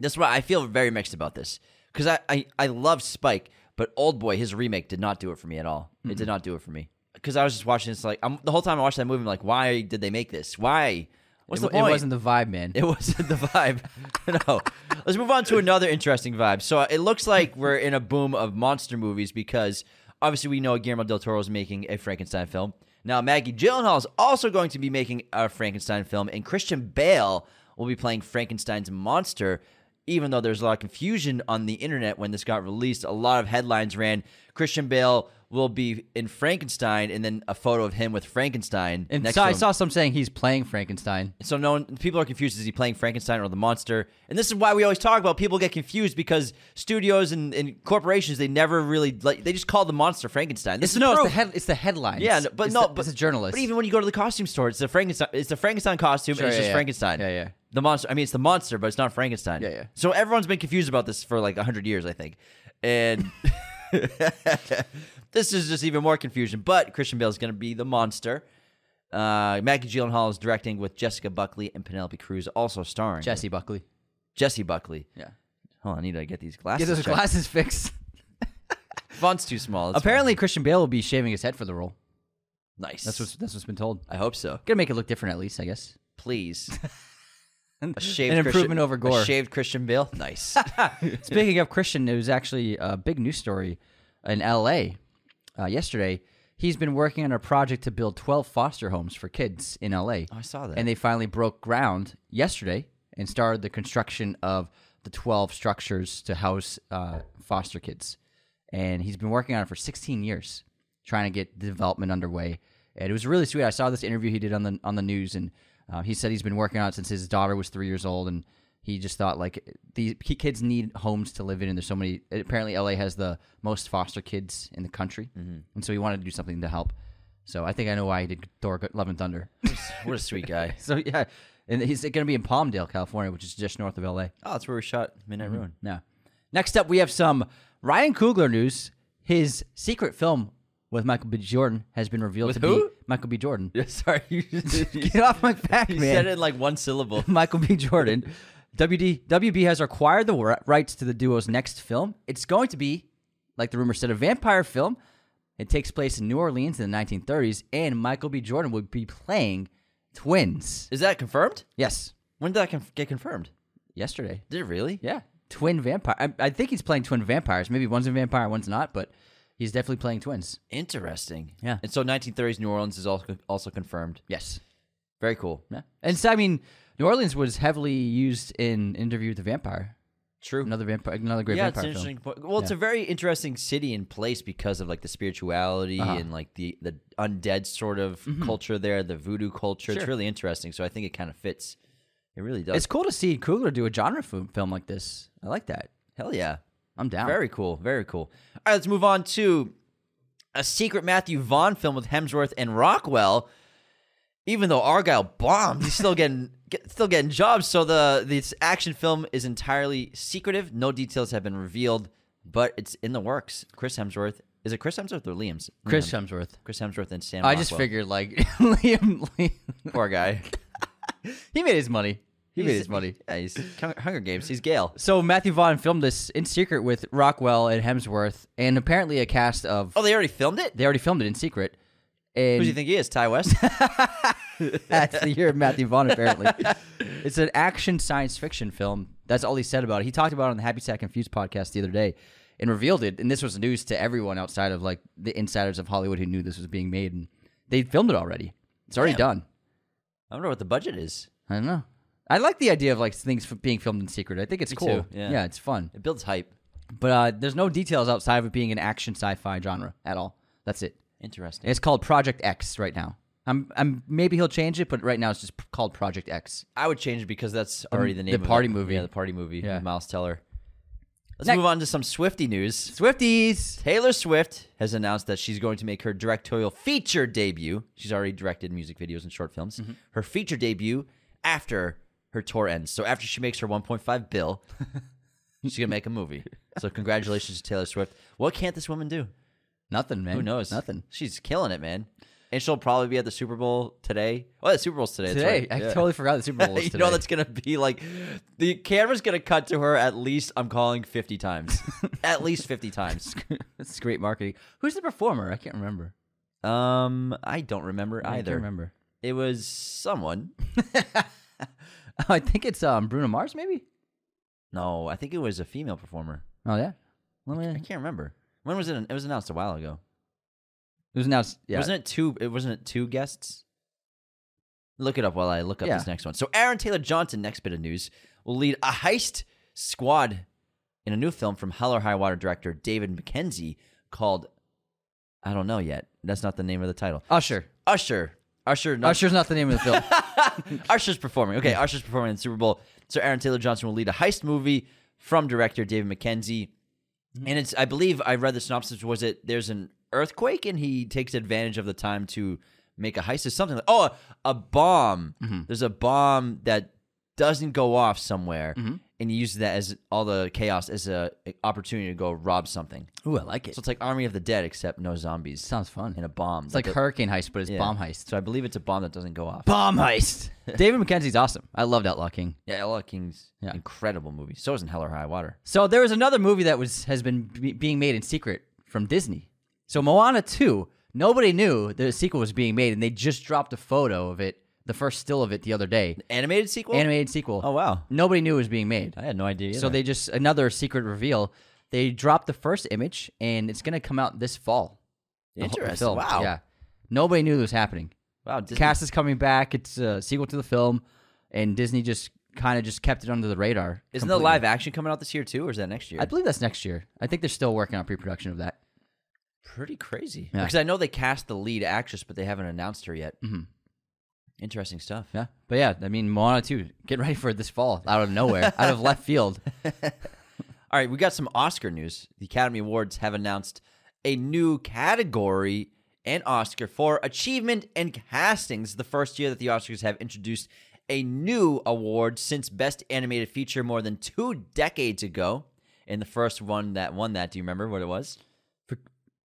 [SPEAKER 1] that's why I feel very mixed about this because I, I I love Spike, but Old Boy his remake did not do it for me at all. It did not do it for me because I was just watching this like I'm, the whole time I watched that movie. I'm like, why did they make this? Why? What's
[SPEAKER 2] it,
[SPEAKER 1] the point?
[SPEAKER 2] it wasn't the vibe, man.
[SPEAKER 1] It wasn't the vibe. no. Let's move on to another interesting vibe. So uh, it looks like we're in a boom of monster movies because obviously we know Guillermo del Toro is making a Frankenstein film. Now Maggie Gyllenhaal is also going to be making a Frankenstein film, and Christian Bale will be playing Frankenstein's monster. Even though there's a lot of confusion on the internet when this got released, a lot of headlines ran Christian Bale will be in Frankenstein, and then a photo of him with Frankenstein.
[SPEAKER 2] and
[SPEAKER 1] next
[SPEAKER 2] so
[SPEAKER 1] to
[SPEAKER 2] I
[SPEAKER 1] him.
[SPEAKER 2] saw some saying he's playing Frankenstein.
[SPEAKER 1] So no one, people are confused. Is he playing Frankenstein or the monster? And this is why we always talk about people get confused because studios and, and corporations they never really like, they just call the monster Frankenstein. This
[SPEAKER 2] It's,
[SPEAKER 1] is
[SPEAKER 2] no, it's the
[SPEAKER 1] proof.
[SPEAKER 2] head. It's the headlines.
[SPEAKER 1] yeah, no, but
[SPEAKER 2] It's
[SPEAKER 1] no,
[SPEAKER 2] the-
[SPEAKER 1] but
[SPEAKER 2] it's a journalist.
[SPEAKER 1] But even when you go to the costume store, it's the Frankenstein. It's the Frankenstein costume.
[SPEAKER 2] Sure,
[SPEAKER 1] and it's
[SPEAKER 2] yeah,
[SPEAKER 1] just
[SPEAKER 2] yeah.
[SPEAKER 1] Frankenstein.
[SPEAKER 2] Yeah, yeah.
[SPEAKER 1] The monster. I mean, it's the monster, but it's not Frankenstein.
[SPEAKER 2] Yeah, yeah.
[SPEAKER 1] So everyone's been confused about this for like hundred years, I think, and. this is just even more confusion. But Christian Bale is going to be the monster. Uh, Maggie Gyllenhaal is directing with Jessica Buckley and Penelope Cruz, also starring
[SPEAKER 2] Jesse Buckley.
[SPEAKER 1] Jesse Buckley.
[SPEAKER 2] Yeah,
[SPEAKER 1] Hold on, I need to get these glasses.
[SPEAKER 2] get those
[SPEAKER 1] checked.
[SPEAKER 2] glasses fixed.
[SPEAKER 1] Font's too small. That's
[SPEAKER 2] Apparently, Christian Bale will be shaving his head for the role.
[SPEAKER 1] fine. nice.
[SPEAKER 2] That's what's that's what's been told.
[SPEAKER 1] I hope so.
[SPEAKER 2] Gonna make it look different, at least I guess.
[SPEAKER 1] Please,
[SPEAKER 2] An
[SPEAKER 1] a shaved Christian,
[SPEAKER 2] improvement over
[SPEAKER 1] A
[SPEAKER 2] Gore.
[SPEAKER 1] shaved Christian Bale. Nice. Oh,
[SPEAKER 2] Speaking of Christian, it was actually a big news story in L.A. Uh, yesterday. He's been working on a project to build 12 foster homes for kids in L.A.
[SPEAKER 1] I saw that.
[SPEAKER 2] and they finally broke ground yesterday and started the construction of the 12 structures to house uh, foster kids and he's been working on it for 16 years trying to get the development underway and it was really sweet i saw this interview he did on the on the news and uh, he said he's been working on it since his daughter was three years old and he just thought like these ki- kids need homes to live in and there's so many apparently la has the most foster kids in the country and so he wanted to do something to help so i think i know why he did thor love and thunder
[SPEAKER 1] what a sweet guy.
[SPEAKER 2] so yeah, and he's going to be in Palmdale, California, which is just north of LA.
[SPEAKER 1] Oh, that's where we shot Midnight Ruin.
[SPEAKER 2] Yeah. Next up, we have some Ryan Coogler news. His secret film with Michael B. Jordan has been revealed
[SPEAKER 1] With
[SPEAKER 2] to
[SPEAKER 1] who?
[SPEAKER 2] be Michael B. Jordan.
[SPEAKER 1] Yeah, sorry, you, you,
[SPEAKER 2] Get off my back,
[SPEAKER 1] you
[SPEAKER 2] man.
[SPEAKER 1] said it in like one syllable.
[SPEAKER 2] Michael B. Jordan. WD, WB has acquired the ri- rights to the duo's next film. It's going to be, like the rumor said, a vampire film. It takes place in New Orleans in the 1930s, and Michael B. Jordan would be playing twins.
[SPEAKER 1] Is that confirmed?
[SPEAKER 2] Yes,
[SPEAKER 1] When did that conf- get confirmed?
[SPEAKER 2] yesterday.
[SPEAKER 1] Did it really?
[SPEAKER 2] Yeah, twin vampire. I, I think he's playing twin vampires. Maybe one's a vampire, one's not, but he's definitely playing twins.
[SPEAKER 1] Interesting.
[SPEAKER 2] Yeah.
[SPEAKER 1] And so 1930s New Orleans is also also confirmed.
[SPEAKER 2] Yes.
[SPEAKER 1] Very cool.
[SPEAKER 2] Yeah. And so, I mean, New Orleans was heavily used in Interview with the Vampire.
[SPEAKER 1] True.
[SPEAKER 2] Another vampire. Another great
[SPEAKER 1] yeah, it's an
[SPEAKER 2] vampire
[SPEAKER 1] interesting.
[SPEAKER 2] film.
[SPEAKER 1] Point. Well, it's a very interesting city and place because of like the spirituality
[SPEAKER 2] Uh-huh.
[SPEAKER 1] and like the the undead sort of culture there, the voodoo culture. It's
[SPEAKER 2] Mm-hmm. Sure.
[SPEAKER 1] really interesting. So I think it kind of fits. It really does.
[SPEAKER 2] It's cool to see Coogler do a genre film, film like this. I like that.
[SPEAKER 1] Hell yeah.
[SPEAKER 2] I'm down.
[SPEAKER 1] Very cool. Very cool. All right, let's move on to a secret Matthew Vaughn film with Hemsworth and Rockwell. Even though Argyle bombed, he's still getting get, still getting jobs. So the this action film is entirely secretive. No details have been revealed, but it's in the works. Chris Hemsworth is it Chris Hemsworth or Liam's?
[SPEAKER 2] Chris
[SPEAKER 1] Liam.
[SPEAKER 2] Hemsworth.
[SPEAKER 1] Chris Hemsworth and Sam.
[SPEAKER 2] I just
[SPEAKER 1] Rockwell.
[SPEAKER 2] figured like Liam, Liam-
[SPEAKER 1] poor guy.
[SPEAKER 2] he made his money. He made
[SPEAKER 1] He's-
[SPEAKER 2] his money.
[SPEAKER 1] Yeah, he's Hunger Games. He's Gale.
[SPEAKER 2] So Matthew Vaughn filmed this in secret with Rockwell and Hemsworth, and apparently a cast of
[SPEAKER 1] Oh, they already filmed it.
[SPEAKER 2] they already filmed it in secret. And
[SPEAKER 1] Who do you think he is? Ty West.
[SPEAKER 2] That's the year of Matthew Vaughn, apparently. it's an action science fiction film. That's all he said about it. He talked about it on the Happy Sack Confused podcast the other day and revealed it. And this was news to everyone outside of like the insiders of Hollywood who knew this was being made. And they filmed it already. It's already
[SPEAKER 1] Damn.
[SPEAKER 2] done.
[SPEAKER 1] I wonder what the budget is.
[SPEAKER 2] I don't know. I like the idea of like things f- being filmed in secret. I think it's cool.
[SPEAKER 1] too, yeah.
[SPEAKER 2] it's fun.
[SPEAKER 1] It builds hype.
[SPEAKER 2] But uh, there's no details outside of it being an action sci-fi genre at all. That's it.
[SPEAKER 1] Interesting.
[SPEAKER 2] It's called Project X right now. I'm, I'm maybe he'll change it, but right now it's just p- called Project X.
[SPEAKER 1] I would change it because that's already the name. of
[SPEAKER 2] party
[SPEAKER 1] it.
[SPEAKER 2] movie.
[SPEAKER 1] Yeah, the party movie.
[SPEAKER 2] Yeah.
[SPEAKER 1] with Miles Teller. Let's
[SPEAKER 2] Next-
[SPEAKER 1] move on to some Swifty news.
[SPEAKER 2] Swifties.
[SPEAKER 1] Taylor Swift has announced that she's going to make her directorial feature debut. She's already directed music videos and short films.
[SPEAKER 2] Mm-hmm.
[SPEAKER 1] Her feature debut after her tour ends. So after she makes her 1.5 bill, she's gonna make a movie. So congratulations to Taylor Swift. What can't this woman do?
[SPEAKER 2] Nothing, man.
[SPEAKER 1] Who knows?
[SPEAKER 2] Nothing.
[SPEAKER 1] She's killing it, man. And she'll probably be at the Super Bowl today. Oh, the Super Bowl's today. that's
[SPEAKER 2] Today,
[SPEAKER 1] right.
[SPEAKER 2] I
[SPEAKER 1] Yeah.
[SPEAKER 2] totally forgot the Super Bowl was
[SPEAKER 1] you
[SPEAKER 2] today.
[SPEAKER 1] know that's gonna be like the camera's gonna cut to her at least I'm calling fifty times. at least fifty times.
[SPEAKER 2] that's great marketing. Who's the performer? I can't remember.
[SPEAKER 1] Um I don't remember
[SPEAKER 2] I
[SPEAKER 1] either.
[SPEAKER 2] can't remember.
[SPEAKER 1] It was someone.
[SPEAKER 2] I think it's um, Bruno Mars, maybe.
[SPEAKER 1] No, I think it was a female performer.
[SPEAKER 2] Oh yeah. Let
[SPEAKER 1] I
[SPEAKER 2] me-
[SPEAKER 1] can't remember. When was it it was announced a while ago.
[SPEAKER 2] It was announced. Yeah.
[SPEAKER 1] Wasn't it two it wasn't it two guests? Look it up while I look up
[SPEAKER 2] Yeah.
[SPEAKER 1] this next one. So Aaron Taylor Johnson, next bit of news, will lead a heist squad in a new film from Hell or High Water director David McKenzie called I don't know yet. That's not the name of the title.
[SPEAKER 2] Usher.
[SPEAKER 1] Usher. Usher not
[SPEAKER 2] Usher's not the name of the film.
[SPEAKER 1] Usher's performing. Okay, Usher's performing in the Super Bowl. So Aaron Taylor Johnson will lead a heist movie from director David McKenzie.
[SPEAKER 2] Mm-hmm.
[SPEAKER 1] And it's I believe I read the synopsis was it there's an earthquake and he takes advantage of the time to make a heist or something like oh a bomb.
[SPEAKER 2] Mm-hmm.
[SPEAKER 1] There's a bomb that doesn't go off somewhere
[SPEAKER 2] Mm-hmm.
[SPEAKER 1] and he uses that as all the chaos as a opportunity to go rob something.
[SPEAKER 2] Ooh, I like it.
[SPEAKER 1] So it's like Army of the Dead except no zombies
[SPEAKER 2] Sounds fun.
[SPEAKER 1] and a bomb.
[SPEAKER 2] It's like hurricane heist, but it's bomb heist.
[SPEAKER 1] So I believe it's a bomb that doesn't go off.
[SPEAKER 2] Bomb heist. David McKenzie's awesome. I loved Outlaw King.
[SPEAKER 1] Yeah, Ella King's
[SPEAKER 2] Yeah.
[SPEAKER 1] incredible movie. So is in Hell or High Water.
[SPEAKER 2] So there was another movie that was has been be- being made in secret from Disney. So Moana 2, nobody knew the sequel was being made and they just dropped a photo of it, the first still of it the other day.
[SPEAKER 1] Animated sequel?
[SPEAKER 2] Animated sequel.
[SPEAKER 1] oh wow.
[SPEAKER 2] Nobody knew it was being made.
[SPEAKER 1] I had no idea.
[SPEAKER 2] So they just another secret reveal. They dropped the first image and it's going to come out this fall. The whole- the
[SPEAKER 1] interesting.
[SPEAKER 2] film.
[SPEAKER 1] Wow.
[SPEAKER 2] Yeah. Nobody knew this was happening.
[SPEAKER 1] Wow. Disney,
[SPEAKER 2] Cast is coming back. It's a sequel to the film and Disney just kind of just kept it under the radar.
[SPEAKER 1] isn't the
[SPEAKER 2] completely.
[SPEAKER 1] live action coming out this year too, or is that next year?
[SPEAKER 2] I believe that's next year. I think they're still working on pre-production of that.
[SPEAKER 1] Pretty crazy.
[SPEAKER 2] Yeah.
[SPEAKER 1] Because I know they cast the lead actress, but they haven't announced her yet.
[SPEAKER 2] Mhm.
[SPEAKER 1] Interesting stuff.
[SPEAKER 2] Yeah, but yeah, I mean Moana too. Get ready for it this fall, out of nowhere, out of left field.
[SPEAKER 1] All right, we got some Oscar news. The Academy Awards have announced a new category and Oscar for achievement and casting. This is the first year that the Oscars have introduced a new award since Best Animated Feature more than two decades ago. And the first one that won that, do you remember what it was?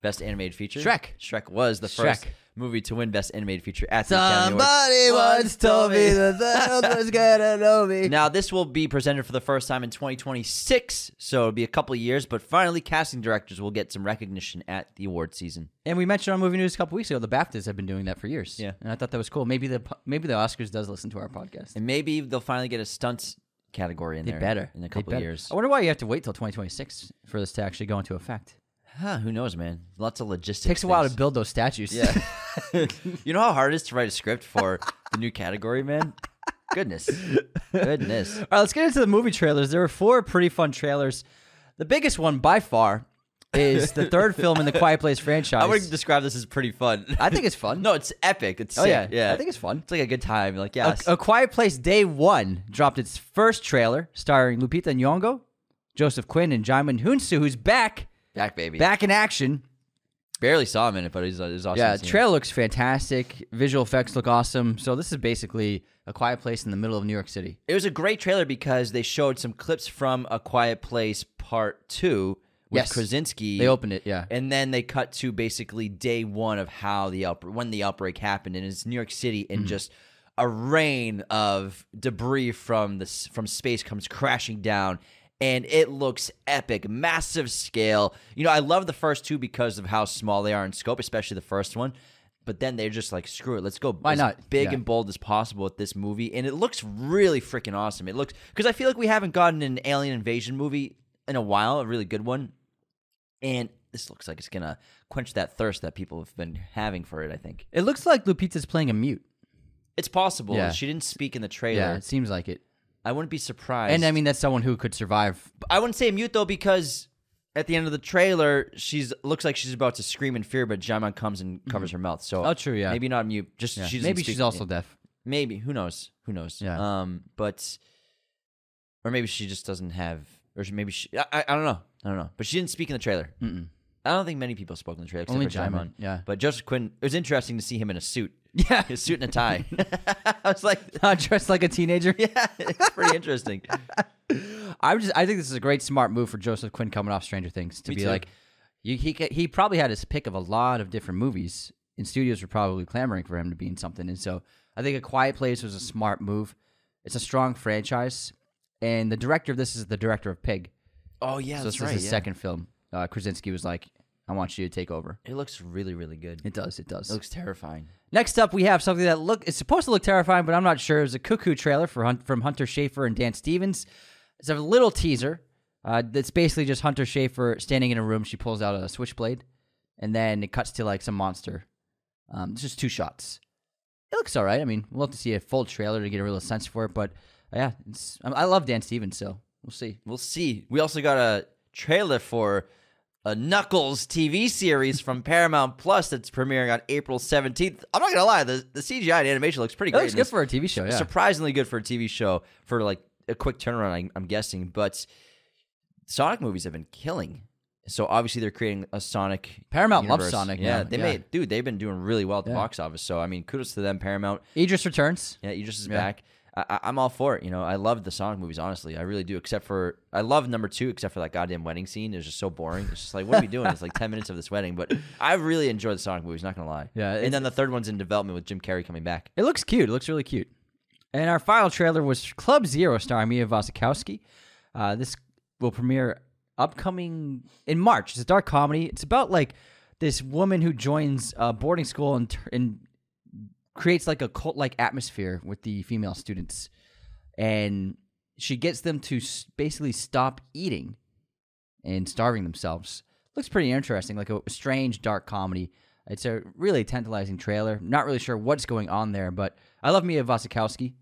[SPEAKER 1] Best Animated Feature?
[SPEAKER 2] Shrek.
[SPEAKER 1] Shrek was the first
[SPEAKER 2] Shrek.
[SPEAKER 1] movie to win Best Animated Feature at the Academy Awards.
[SPEAKER 2] the world was gonna know me.
[SPEAKER 1] Now, this will be presented for the first time in 2026, so it'll be a couple of years, but finally, casting directors will get some recognition at the award season.
[SPEAKER 2] And we mentioned on movie news a couple weeks ago. The Baftas have been doing that for years.
[SPEAKER 1] Yeah.
[SPEAKER 2] and I thought that was cool. Maybe the po- maybe the Oscars does listen to our podcast.
[SPEAKER 1] And maybe they'll finally get a stunts category in
[SPEAKER 2] They
[SPEAKER 1] there
[SPEAKER 2] better
[SPEAKER 1] in a
[SPEAKER 2] They
[SPEAKER 1] couple of
[SPEAKER 2] better.
[SPEAKER 1] years.
[SPEAKER 2] I wonder why you have to wait till 2026 for this to actually go into effect.
[SPEAKER 1] Huh, who knows, man? Lots of logistics.
[SPEAKER 2] takes a while to
[SPEAKER 1] things.
[SPEAKER 2] build those statues.
[SPEAKER 1] Yeah. you know how hard it is to write a script for the new category, man? Goodness. Goodness.
[SPEAKER 2] All right, let's get into the movie trailers. There were four pretty fun trailers. The biggest one by far is the third film in the Quiet Place franchise.
[SPEAKER 1] I would describe this as pretty fun.
[SPEAKER 2] I think it's fun.
[SPEAKER 1] no, it's epic. It's
[SPEAKER 2] oh
[SPEAKER 1] sick.
[SPEAKER 2] yeah,
[SPEAKER 1] yeah.
[SPEAKER 2] I think it's fun.
[SPEAKER 1] it's like a good time. Like,
[SPEAKER 2] A,
[SPEAKER 1] yes.
[SPEAKER 2] A Quiet Place Day One dropped its first trailer, starring Lupita Nyong'o, Joseph Quinn, and Jaimin Hunsu, who's back,
[SPEAKER 1] back, baby.
[SPEAKER 2] back in action.
[SPEAKER 1] barely saw him in it, but he's, he's awesome.
[SPEAKER 2] Yeah,
[SPEAKER 1] to see him.
[SPEAKER 2] trail looks fantastic. Visual effects look awesome. So this is basically a quiet place in the middle of New York City.
[SPEAKER 1] It was a great trailer because they showed some clips from A Quiet Place Part Two with
[SPEAKER 2] Yes.
[SPEAKER 1] Krasinski.
[SPEAKER 2] They opened it, yeah.
[SPEAKER 1] and then they cut to basically day one of how the outbreak, when the outbreak happened, and it's New York City,
[SPEAKER 2] Mm-hmm.
[SPEAKER 1] and just a rain of debris from the s- from space comes crashing down, and it looks epic, massive scale. You know, I love the first two because of how small they are in scope, especially the first one. But then they're just like, screw it, let's go
[SPEAKER 2] Why not?
[SPEAKER 1] big
[SPEAKER 2] Yeah.
[SPEAKER 1] and bold as possible with this movie, and it looks really freaking awesome. It looks because I feel like we haven't gotten an alien invasion movie in a while, a really good one, and this looks like it's gonna quench that thirst that people have been having for it. I think
[SPEAKER 2] It looks like Lupita's playing a mute.
[SPEAKER 1] it's possible
[SPEAKER 2] Yeah.
[SPEAKER 1] she didn't speak in the trailer.
[SPEAKER 2] Yeah, it seems like it.
[SPEAKER 1] I wouldn't be surprised,
[SPEAKER 2] And I mean, that's someone who could survive.
[SPEAKER 1] I wouldn't say mute though because at the end of the trailer, she's looks like she's about to scream in fear, but Jaimon comes and covers her mouth. So
[SPEAKER 2] Oh, true, yeah.
[SPEAKER 1] maybe not mute. Just
[SPEAKER 2] Yeah.
[SPEAKER 1] she doesn't
[SPEAKER 2] Maybe
[SPEAKER 1] speak-
[SPEAKER 2] she's also deaf.
[SPEAKER 1] maybe who knows who knows
[SPEAKER 2] Yeah.
[SPEAKER 1] um but or maybe she just doesn't have or she, maybe she I, I, I don't know i don't know but she didn't speak in the trailer Mm-mm. i don't think many people spoke in the trailer except
[SPEAKER 2] Only
[SPEAKER 1] for Jaimon.
[SPEAKER 2] Jaimon, yeah.
[SPEAKER 1] but joseph quinn it was interesting to see him in a suit
[SPEAKER 2] Yeah.
[SPEAKER 1] his suit and a tie i was like
[SPEAKER 2] Not dressed like a teenager.
[SPEAKER 1] yeah it's pretty interesting
[SPEAKER 2] I'm just. I think this is a great smart move for Joseph Quinn coming off Stranger Things to
[SPEAKER 1] Me
[SPEAKER 2] be
[SPEAKER 1] too.
[SPEAKER 2] like, you, he ca- he probably had his pick of a lot of different movies, and studios were probably clamoring for him to be in something. And so I think A Quiet Place was a smart move. It's a strong franchise, and the director of this is the director of Pig.
[SPEAKER 1] oh yeah
[SPEAKER 2] So
[SPEAKER 1] that's
[SPEAKER 2] this
[SPEAKER 1] right
[SPEAKER 2] is his
[SPEAKER 1] yeah.
[SPEAKER 2] second film. Uh, Krasinski was like, I want you to take over.
[SPEAKER 1] it looks really really good it
[SPEAKER 2] It does. It does.
[SPEAKER 1] looks terrifying
[SPEAKER 2] Next up, we have something that look it's supposed to look terrifying, but I'm not sure. It was a cuckoo trailer for Hunt, from Hunter Schafer and Dan Stevens. It's a little teaser. Uh, that's basically just Hunter Schafer standing in a room. She pulls out a switchblade, and then it cuts to like some monster. Um, it's just two shots. It looks all right. I mean, we'll have to see a full trailer to get a real sense for it. But yeah, it's, um, I I love Dan Stevens, so we'll see.
[SPEAKER 1] we'll see we also got a trailer for a Knuckles TV series from Paramount Plus that's premiering on April 17th. I'm not gonna lie, the, the CGI and animation looks pretty
[SPEAKER 2] It
[SPEAKER 1] great.
[SPEAKER 2] looks
[SPEAKER 1] in
[SPEAKER 2] good
[SPEAKER 1] this.
[SPEAKER 2] for a TV show. Yeah.
[SPEAKER 1] surprisingly good for a TV show for like a quick turnaround, I, I'm guessing. But Sonic movies have been killing, so obviously they're creating a Sonic.
[SPEAKER 2] Paramount loves
[SPEAKER 1] universe.
[SPEAKER 2] Sonic
[SPEAKER 1] Yeah,
[SPEAKER 2] now,
[SPEAKER 1] they
[SPEAKER 2] yeah.
[SPEAKER 1] made dude. They've been doing really well at the
[SPEAKER 2] Yeah.
[SPEAKER 1] box office. So I mean, kudos to them, Paramount.
[SPEAKER 2] Idris returns.
[SPEAKER 1] Yeah, Idris is
[SPEAKER 2] Yeah.
[SPEAKER 1] back. I, I- I'm all for it. You know, I love the Sonic movies. Honestly, I really do. Except for I love number two, except for that goddamn wedding scene. It was just so boring. It's just like, what are we doing? It's like ten minutes of this wedding. But I really enjoyed the Sonic movies. Not gonna lie.
[SPEAKER 2] Yeah, it's-
[SPEAKER 1] and then the third one's in development with Jim Carrey coming back.
[SPEAKER 2] It looks cute. It looks really cute. And our final trailer was Club Zero, starring Mia Wasikowska. Uh, this will premiere upcoming in March. It's a dark comedy. It's about like this woman who joins a boarding school and tur- and creates like a cult like atmosphere with the female students, and she gets them to s- basically stop eating and starving themselves. Looks pretty interesting, like a strange dark comedy. It's a really tantalizing trailer. Not really sure what's going on there, but I love Mia Wasikowska.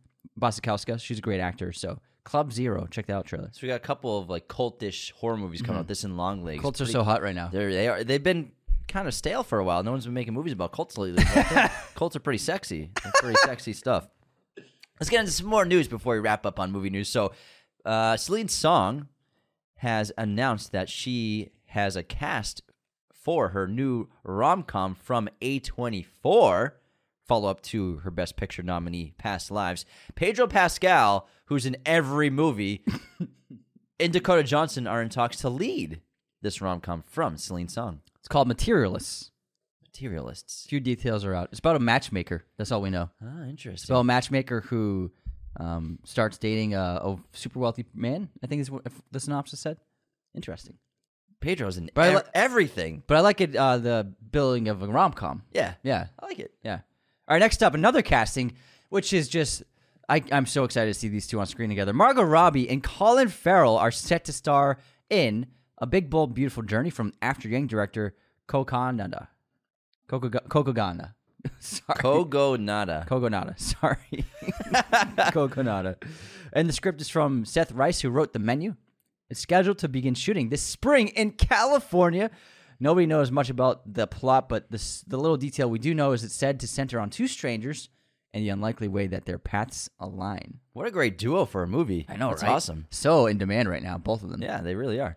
[SPEAKER 2] Wasikowska, she's a great actor. So Club Zero, check that out trailer.
[SPEAKER 1] So we got a couple of like cultish horror movies coming out. This and Long Legs.
[SPEAKER 2] Cults are Mm-hmm. so hot right now.
[SPEAKER 1] They're, they are. They've been kind of stale for a while. No one's been making movies about cults lately. but I think cults are pretty sexy. They're pretty sexy stuff. Let's get into some more news before we wrap up on movie news. So, uh, Celine Song has announced that she has a cast for her new rom com from A24, follow up to her Best Picture nominee, Past Lives. Pedro Pascal, who's in every movie, and Dakota Johnson are in talks to lead this rom com from Celine Song.
[SPEAKER 2] It's called Materialists.
[SPEAKER 1] Materialists.
[SPEAKER 2] Few details are out. It's about a matchmaker. That's all we know.
[SPEAKER 1] Ah,
[SPEAKER 2] It's
[SPEAKER 1] interesting.
[SPEAKER 2] about a matchmaker who um, starts dating a, a super wealthy man. I think is what if the synopsis said. Interesting.
[SPEAKER 1] Pedro's in
[SPEAKER 2] But I
[SPEAKER 1] ev-
[SPEAKER 2] li-
[SPEAKER 1] everything.
[SPEAKER 2] But I like it. Uh, the building of a rom com.
[SPEAKER 1] Yeah.
[SPEAKER 2] Yeah.
[SPEAKER 1] I like it.
[SPEAKER 2] Yeah. All right, next up, another casting, which is just I, I'm so excited to see these two on screen together. Margot Robbie and Colin Farrell are set to star in A Big Bold Beautiful Journey from After Yang director Kokonada. Kokoga- Kokogana. Sorry.
[SPEAKER 1] Kogo Nada.
[SPEAKER 2] Kogonada. Sorry. Kogonada. And the script is from Seth Rice, who wrote the menu. It's scheduled to begin shooting this spring in California. Nobody knows much about the plot, but this, the little detail we do know is it's said to center on two strangers and the unlikely way that their paths align.
[SPEAKER 1] What a great duo for a movie. That's awesome.
[SPEAKER 2] So in demand right now, both of them.
[SPEAKER 1] Yeah, they really are.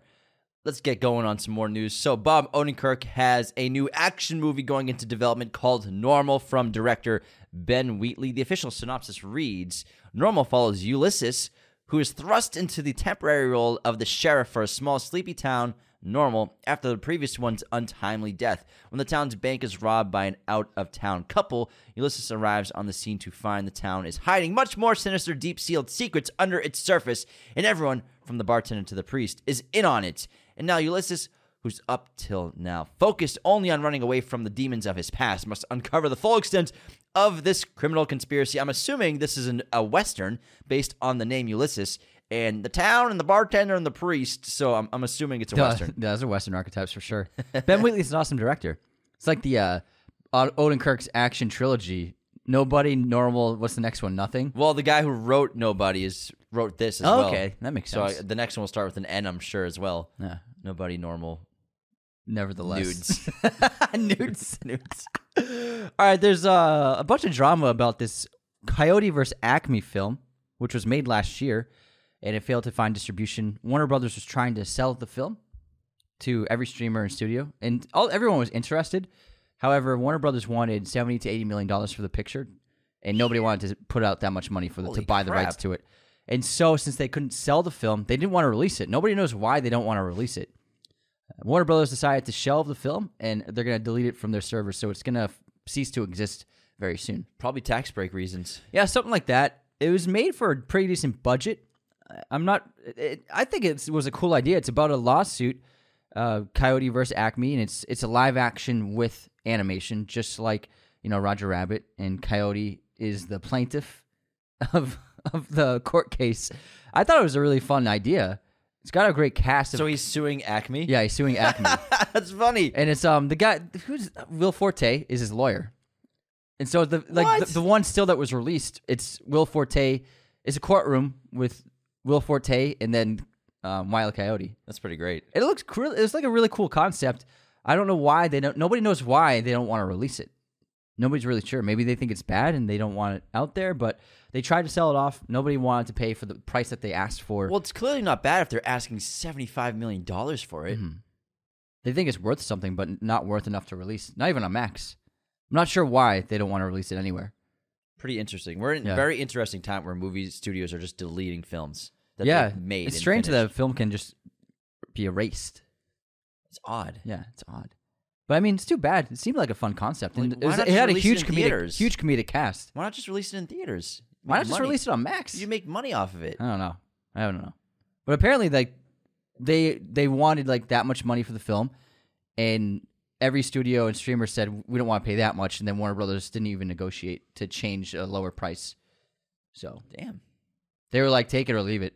[SPEAKER 1] Let's get going on some more news. So, Bob Odenkirk has a new action movie going into development called Normal from director Ben Wheatley. The official synopsis reads Normal follows Ulysses, who is thrust into the temporary role of the sheriff for a small, sleepy town, Normal, after the previous one's untimely death. When the town's bank is robbed by an out of town couple, Ulysses arrives on the scene to find the town is hiding much more sinister, deep sealed secrets under its surface, and everyone, from the bartender to the priest, is in on it. And now Ulysses, who's up till now focused only on running away from the demons of his past, must uncover the full extent of this criminal conspiracy. I'm assuming this is an, a Western based on the name Ulysses and the town and the bartender and the priest. So I'm, I'm assuming it's a
[SPEAKER 2] Duh,
[SPEAKER 1] Western.
[SPEAKER 2] those are Western archetypes for sure. ben Wheatley's an awesome director. It's like the uh, O- Odenkirk's action trilogy. Nobody normal. What's the next one? Nothing.
[SPEAKER 1] Well, the guy who wrote Nobody is wrote this as well.
[SPEAKER 2] Oh, okay, that makes
[SPEAKER 1] So I,
[SPEAKER 2] sense.
[SPEAKER 1] the next one will start with an N, I'm sure, as well.
[SPEAKER 2] yeah.
[SPEAKER 1] Nobody normal.
[SPEAKER 2] Nevertheless,
[SPEAKER 1] Nudes.
[SPEAKER 2] nudes, nudes. All right, there's uh, a bunch of drama about this Coyote versus Acme film, which was made last year, and it failed to find distribution. Warner Brothers was trying to sell the film to every streamer and studio, and all everyone was interested. However, Warner Brothers wanted seventy to eighty million dollars for the picture, and nobody wanted to put out that much money for the, to
[SPEAKER 1] Holy
[SPEAKER 2] buy the
[SPEAKER 1] crap.
[SPEAKER 2] rights to it. And so, since they couldn't sell the film, they didn't want to release it. Nobody knows why they don't want to release it. Uh, Warner Brothers decided to shelve the film and they're going to delete it from their server, so it's going to f- cease to exist very soon.
[SPEAKER 1] Probably tax break reasons.
[SPEAKER 2] Yeah, something like that. It was made for a pretty decent budget. I- I'm not. It, I think it was a cool idea. It's about a lawsuit, uh, Coyote versus Acme, and it's it's a live action with animation, just like you know Roger Rabbit and Coyote is the plaintiff of of the court case. I thought it was a really fun idea. It's got a great cast. Of,
[SPEAKER 1] So he's suing Acme?
[SPEAKER 2] yeah, he's suing Acme.
[SPEAKER 1] That's funny.
[SPEAKER 2] And it's um the guy who's Will Forte is his lawyer, and so the like
[SPEAKER 1] What?
[SPEAKER 2] the, the one still that was released, it's Will Forte. It's a courtroom with Will Forte and then um, Wile E. Coyote.
[SPEAKER 1] That's pretty great.
[SPEAKER 2] It looks cool. It's like a really cool concept. I don't know why they don't. Nobody knows why they don't want to release it. Nobody's really sure. Maybe they think it's bad and they don't want it out there. But they tried to sell it off. Nobody wanted to pay for the price that they asked for.
[SPEAKER 1] Well, it's clearly not bad if they're asking $75 million for it.
[SPEAKER 2] Mm-hmm. they think it's worth something, but not worth enough to release. Not even on Max. I'm not sure why they don't want to release it anywhere.
[SPEAKER 1] Pretty interesting. We're in a
[SPEAKER 2] Yeah.
[SPEAKER 1] very interesting time where movie studios are just deleting films that
[SPEAKER 2] yeah,
[SPEAKER 1] they've made.
[SPEAKER 2] it's
[SPEAKER 1] and
[SPEAKER 2] strange that
[SPEAKER 1] finished.
[SPEAKER 2] a film can just be erased.
[SPEAKER 1] It's odd.
[SPEAKER 2] Yeah, it's odd. But I mean, it's too bad. It seemed like a fun concept, and
[SPEAKER 1] Like,
[SPEAKER 2] it,
[SPEAKER 1] why
[SPEAKER 2] was-
[SPEAKER 1] not
[SPEAKER 2] it had a
[SPEAKER 1] just release
[SPEAKER 2] huge
[SPEAKER 1] it in
[SPEAKER 2] comedic,
[SPEAKER 1] theaters?
[SPEAKER 2] huge comedic cast.
[SPEAKER 1] Why not just release it in theaters?
[SPEAKER 2] Why
[SPEAKER 1] Make
[SPEAKER 2] not just
[SPEAKER 1] money.
[SPEAKER 2] release it on Max?
[SPEAKER 1] You make money off of it.
[SPEAKER 2] I don't know. I don't know. But apparently, like they they wanted like that much money for the film, and every studio and streamer said we don't want to pay that much, and then Warner Brothers didn't even negotiate to change a lower price. So
[SPEAKER 1] Damn.
[SPEAKER 2] they were like, take it or leave it.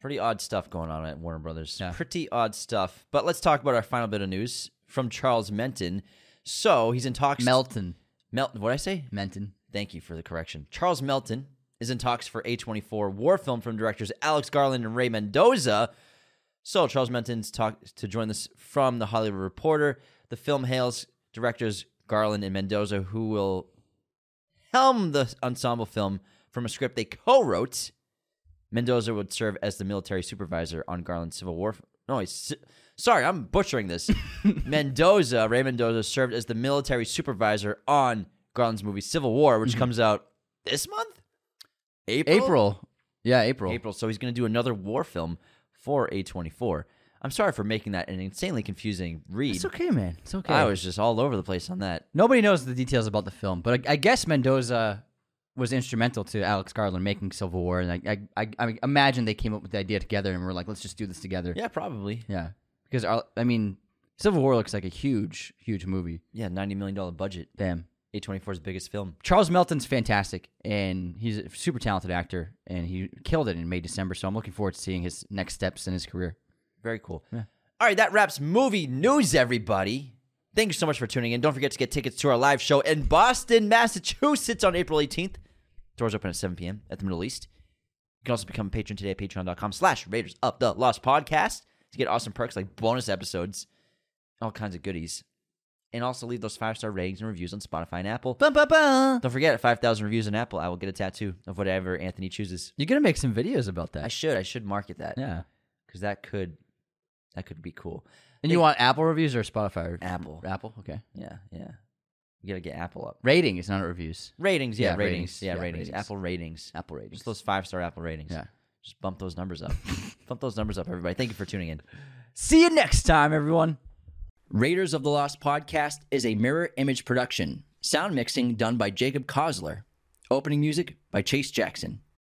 [SPEAKER 1] Pretty odd stuff going on at Warner Brothers.
[SPEAKER 2] Yeah.
[SPEAKER 1] Pretty odd stuff. But let's talk about our final bit of news from Charles Menton. So he's in talks.
[SPEAKER 2] Melton,
[SPEAKER 1] Melton. What did I say?
[SPEAKER 2] Menton.
[SPEAKER 1] Thank you for the correction. Charles Melton is in talks for A24 war film from directors Alex Garland and Ray Mendoza. So Charles Menton's talk to join us from the Hollywood Reporter. The film hails directors Garland and Mendoza, who will helm the ensemble film from a script they co-wrote. Mendoza would serve as the military supervisor on Garland's Civil War. No, he's, si- sorry, I'm butchering this. Mendoza, Ray Mendoza, served as the military supervisor on Garland's movie Civil War, which comes out this month, April.
[SPEAKER 2] April. Yeah, April.
[SPEAKER 1] April. So he's going to do another war film for A24. I'm sorry for making that an insanely confusing read.
[SPEAKER 2] It's okay, man. It's okay.
[SPEAKER 1] I was just all over the place on that.
[SPEAKER 2] Nobody knows the details about the film, but I, I guess Mendoza was instrumental to Alex Garland making Civil War, and I, I, I, I imagine they came up with the idea together and were like, let's just do this together.
[SPEAKER 1] Yeah, probably.
[SPEAKER 2] Yeah. Because our, I mean, Civil War looks like a huge, huge movie.
[SPEAKER 1] Yeah, $90 million budget.
[SPEAKER 2] Damn.
[SPEAKER 1] A24's biggest film.
[SPEAKER 2] Charles Melton's fantastic, and he's a super talented actor, and he killed it in May December. So I'm looking forward to seeing his next steps in his career.
[SPEAKER 1] Very cool. All right, that wraps movie news, everybody. Thank you so much for tuning in. Don't forget to get tickets to our live show in Boston, Massachusetts on April 18th. Doors open at 7 p.m. at the Middle East. You can also become a patron today at patreon.com slash Raiders Up the Lost Podcast to get awesome perks like bonus episodes, all kinds of goodies. And also leave those five star ratings and reviews on Spotify and Apple.
[SPEAKER 2] Bum, bum, bum.
[SPEAKER 1] Don't forget, at 5,000 reviews on Apple, I will get a tattoo of whatever Anthony chooses.
[SPEAKER 2] You're gonna make some videos about that.
[SPEAKER 1] I should. I should market that
[SPEAKER 2] yeah.
[SPEAKER 1] because that could That could be cool.
[SPEAKER 2] And you want Apple reviews or Spotify?
[SPEAKER 1] Apple.
[SPEAKER 2] Apple. Okay.
[SPEAKER 1] Yeah, yeah. You gotta get Apple up.
[SPEAKER 2] Rating is not reviews.
[SPEAKER 1] Ratings, yeah,
[SPEAKER 2] Yeah,
[SPEAKER 1] ratings,
[SPEAKER 2] ratings,
[SPEAKER 1] yeah,
[SPEAKER 2] yeah,
[SPEAKER 1] ratings.
[SPEAKER 2] ratings.
[SPEAKER 1] Apple ratings,
[SPEAKER 2] Apple ratings.
[SPEAKER 1] just those five star Apple ratings.
[SPEAKER 2] Yeah.
[SPEAKER 1] just bump those numbers up. bump those numbers up, everybody. Thank you for tuning in.
[SPEAKER 2] See you next time, everyone.
[SPEAKER 1] Raiders of the Lost podcast is a mirror image production. Sound mixing done by Jacob Kosler. Opening music by Chase Jackson.